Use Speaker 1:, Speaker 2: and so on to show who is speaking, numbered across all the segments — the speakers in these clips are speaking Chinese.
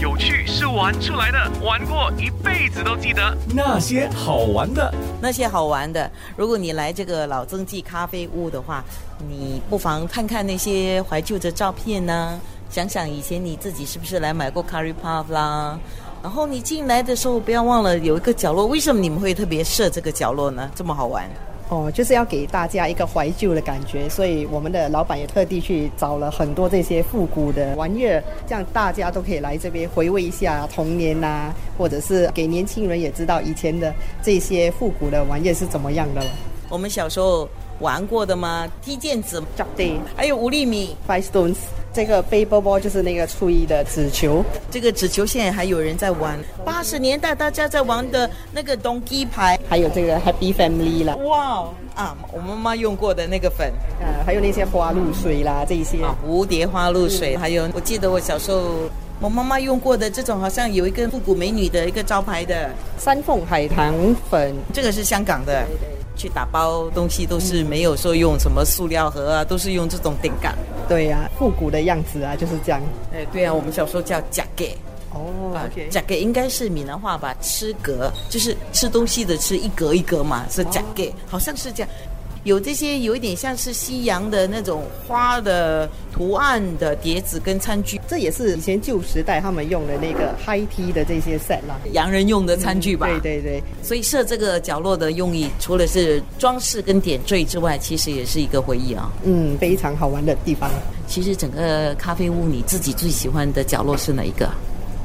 Speaker 1: 有趣是玩出来的，玩过一辈子都记得。
Speaker 2: 那些好玩的，
Speaker 3: 那些好玩的，如果你来这个老曾记咖啡屋的话，你不妨看看那些怀旧的照片呢、想想以前你自己是不是来买过 curry puff 啦。然后你进来的时候，不要忘了有一个角落，为什么你们会特别设这个角落呢？这么好玩？
Speaker 4: 哦，就是要给大家一个怀旧的感觉，所以我们的老板也特地去找了很多这些复古的玩意儿，这样大家都可以来这边回味一下童年呐、或者是给年轻人也知道以前的这些复古的玩意儿是怎么样的了。
Speaker 3: 我们小时候玩过的吗？踢毽子，
Speaker 4: j a Day
Speaker 3: 还有五粒米，
Speaker 4: Five Stones 这个背包包就是那个初一的纸球，
Speaker 3: 这个纸球现在还有人在玩。八十年代大家在玩的那个东基牌，
Speaker 4: 还有这个 Happy Family 啦，
Speaker 3: 哇哦啊，我妈妈用过的那个粉。
Speaker 4: 呃，还有那些花露水啦这一些。
Speaker 3: 啊，蝴蝶花露水，还有我记得我小时候我妈妈用过的这种，好像有一个复古美女的一个招牌的，
Speaker 4: 三凤海棠粉，
Speaker 3: 这个是香港的。去打包东西都是没有说用什么塑料盒啊，都是用这种顶杆。
Speaker 4: 对呀、复古的样子啊，就是这样。
Speaker 3: 哎，对啊，我们小时候叫夹给。
Speaker 4: 哦
Speaker 3: 啊，夹给应该是闽南话吧，吃格就是吃东西的吃，一格一格嘛，是夹给，好像是这样。有这些有一点像是西洋的那种花的图案的碟子跟餐具，
Speaker 4: 这也是以前旧时代他们用的那个 high tea 的这些 set 啦。
Speaker 3: 洋人用的餐具吧。
Speaker 4: 对对对，
Speaker 3: 所以设这个角落的用意，除了是装饰跟点缀之外，其实也是一个回忆啊。
Speaker 4: 嗯，非常好玩的地方。
Speaker 3: 其实整个咖啡屋，你自己最喜欢的角落是哪一个？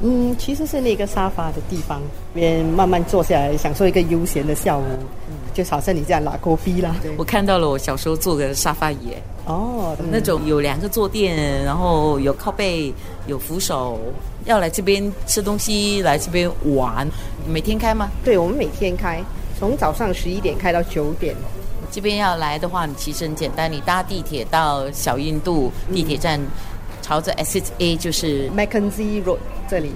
Speaker 4: 嗯，其实是那个沙发的地方，边慢慢坐下来，享受一个悠闲的下午，
Speaker 3: 嗯
Speaker 4: 就好像你这样拉锅逼啦。
Speaker 3: 我看到了我小时候坐的沙发椅，
Speaker 4: 哦，嗯
Speaker 3: 那种有两个坐垫，然后有靠背，有扶手，要来这边吃东西，来这边玩。每天开吗？
Speaker 4: 对，我们每天开，从早上十一点开到九点。
Speaker 3: 这边要来的话，你其实很简单，你搭地铁到小印度地铁站，朝着 S H A 就是
Speaker 4: Mackenzie Road 这里，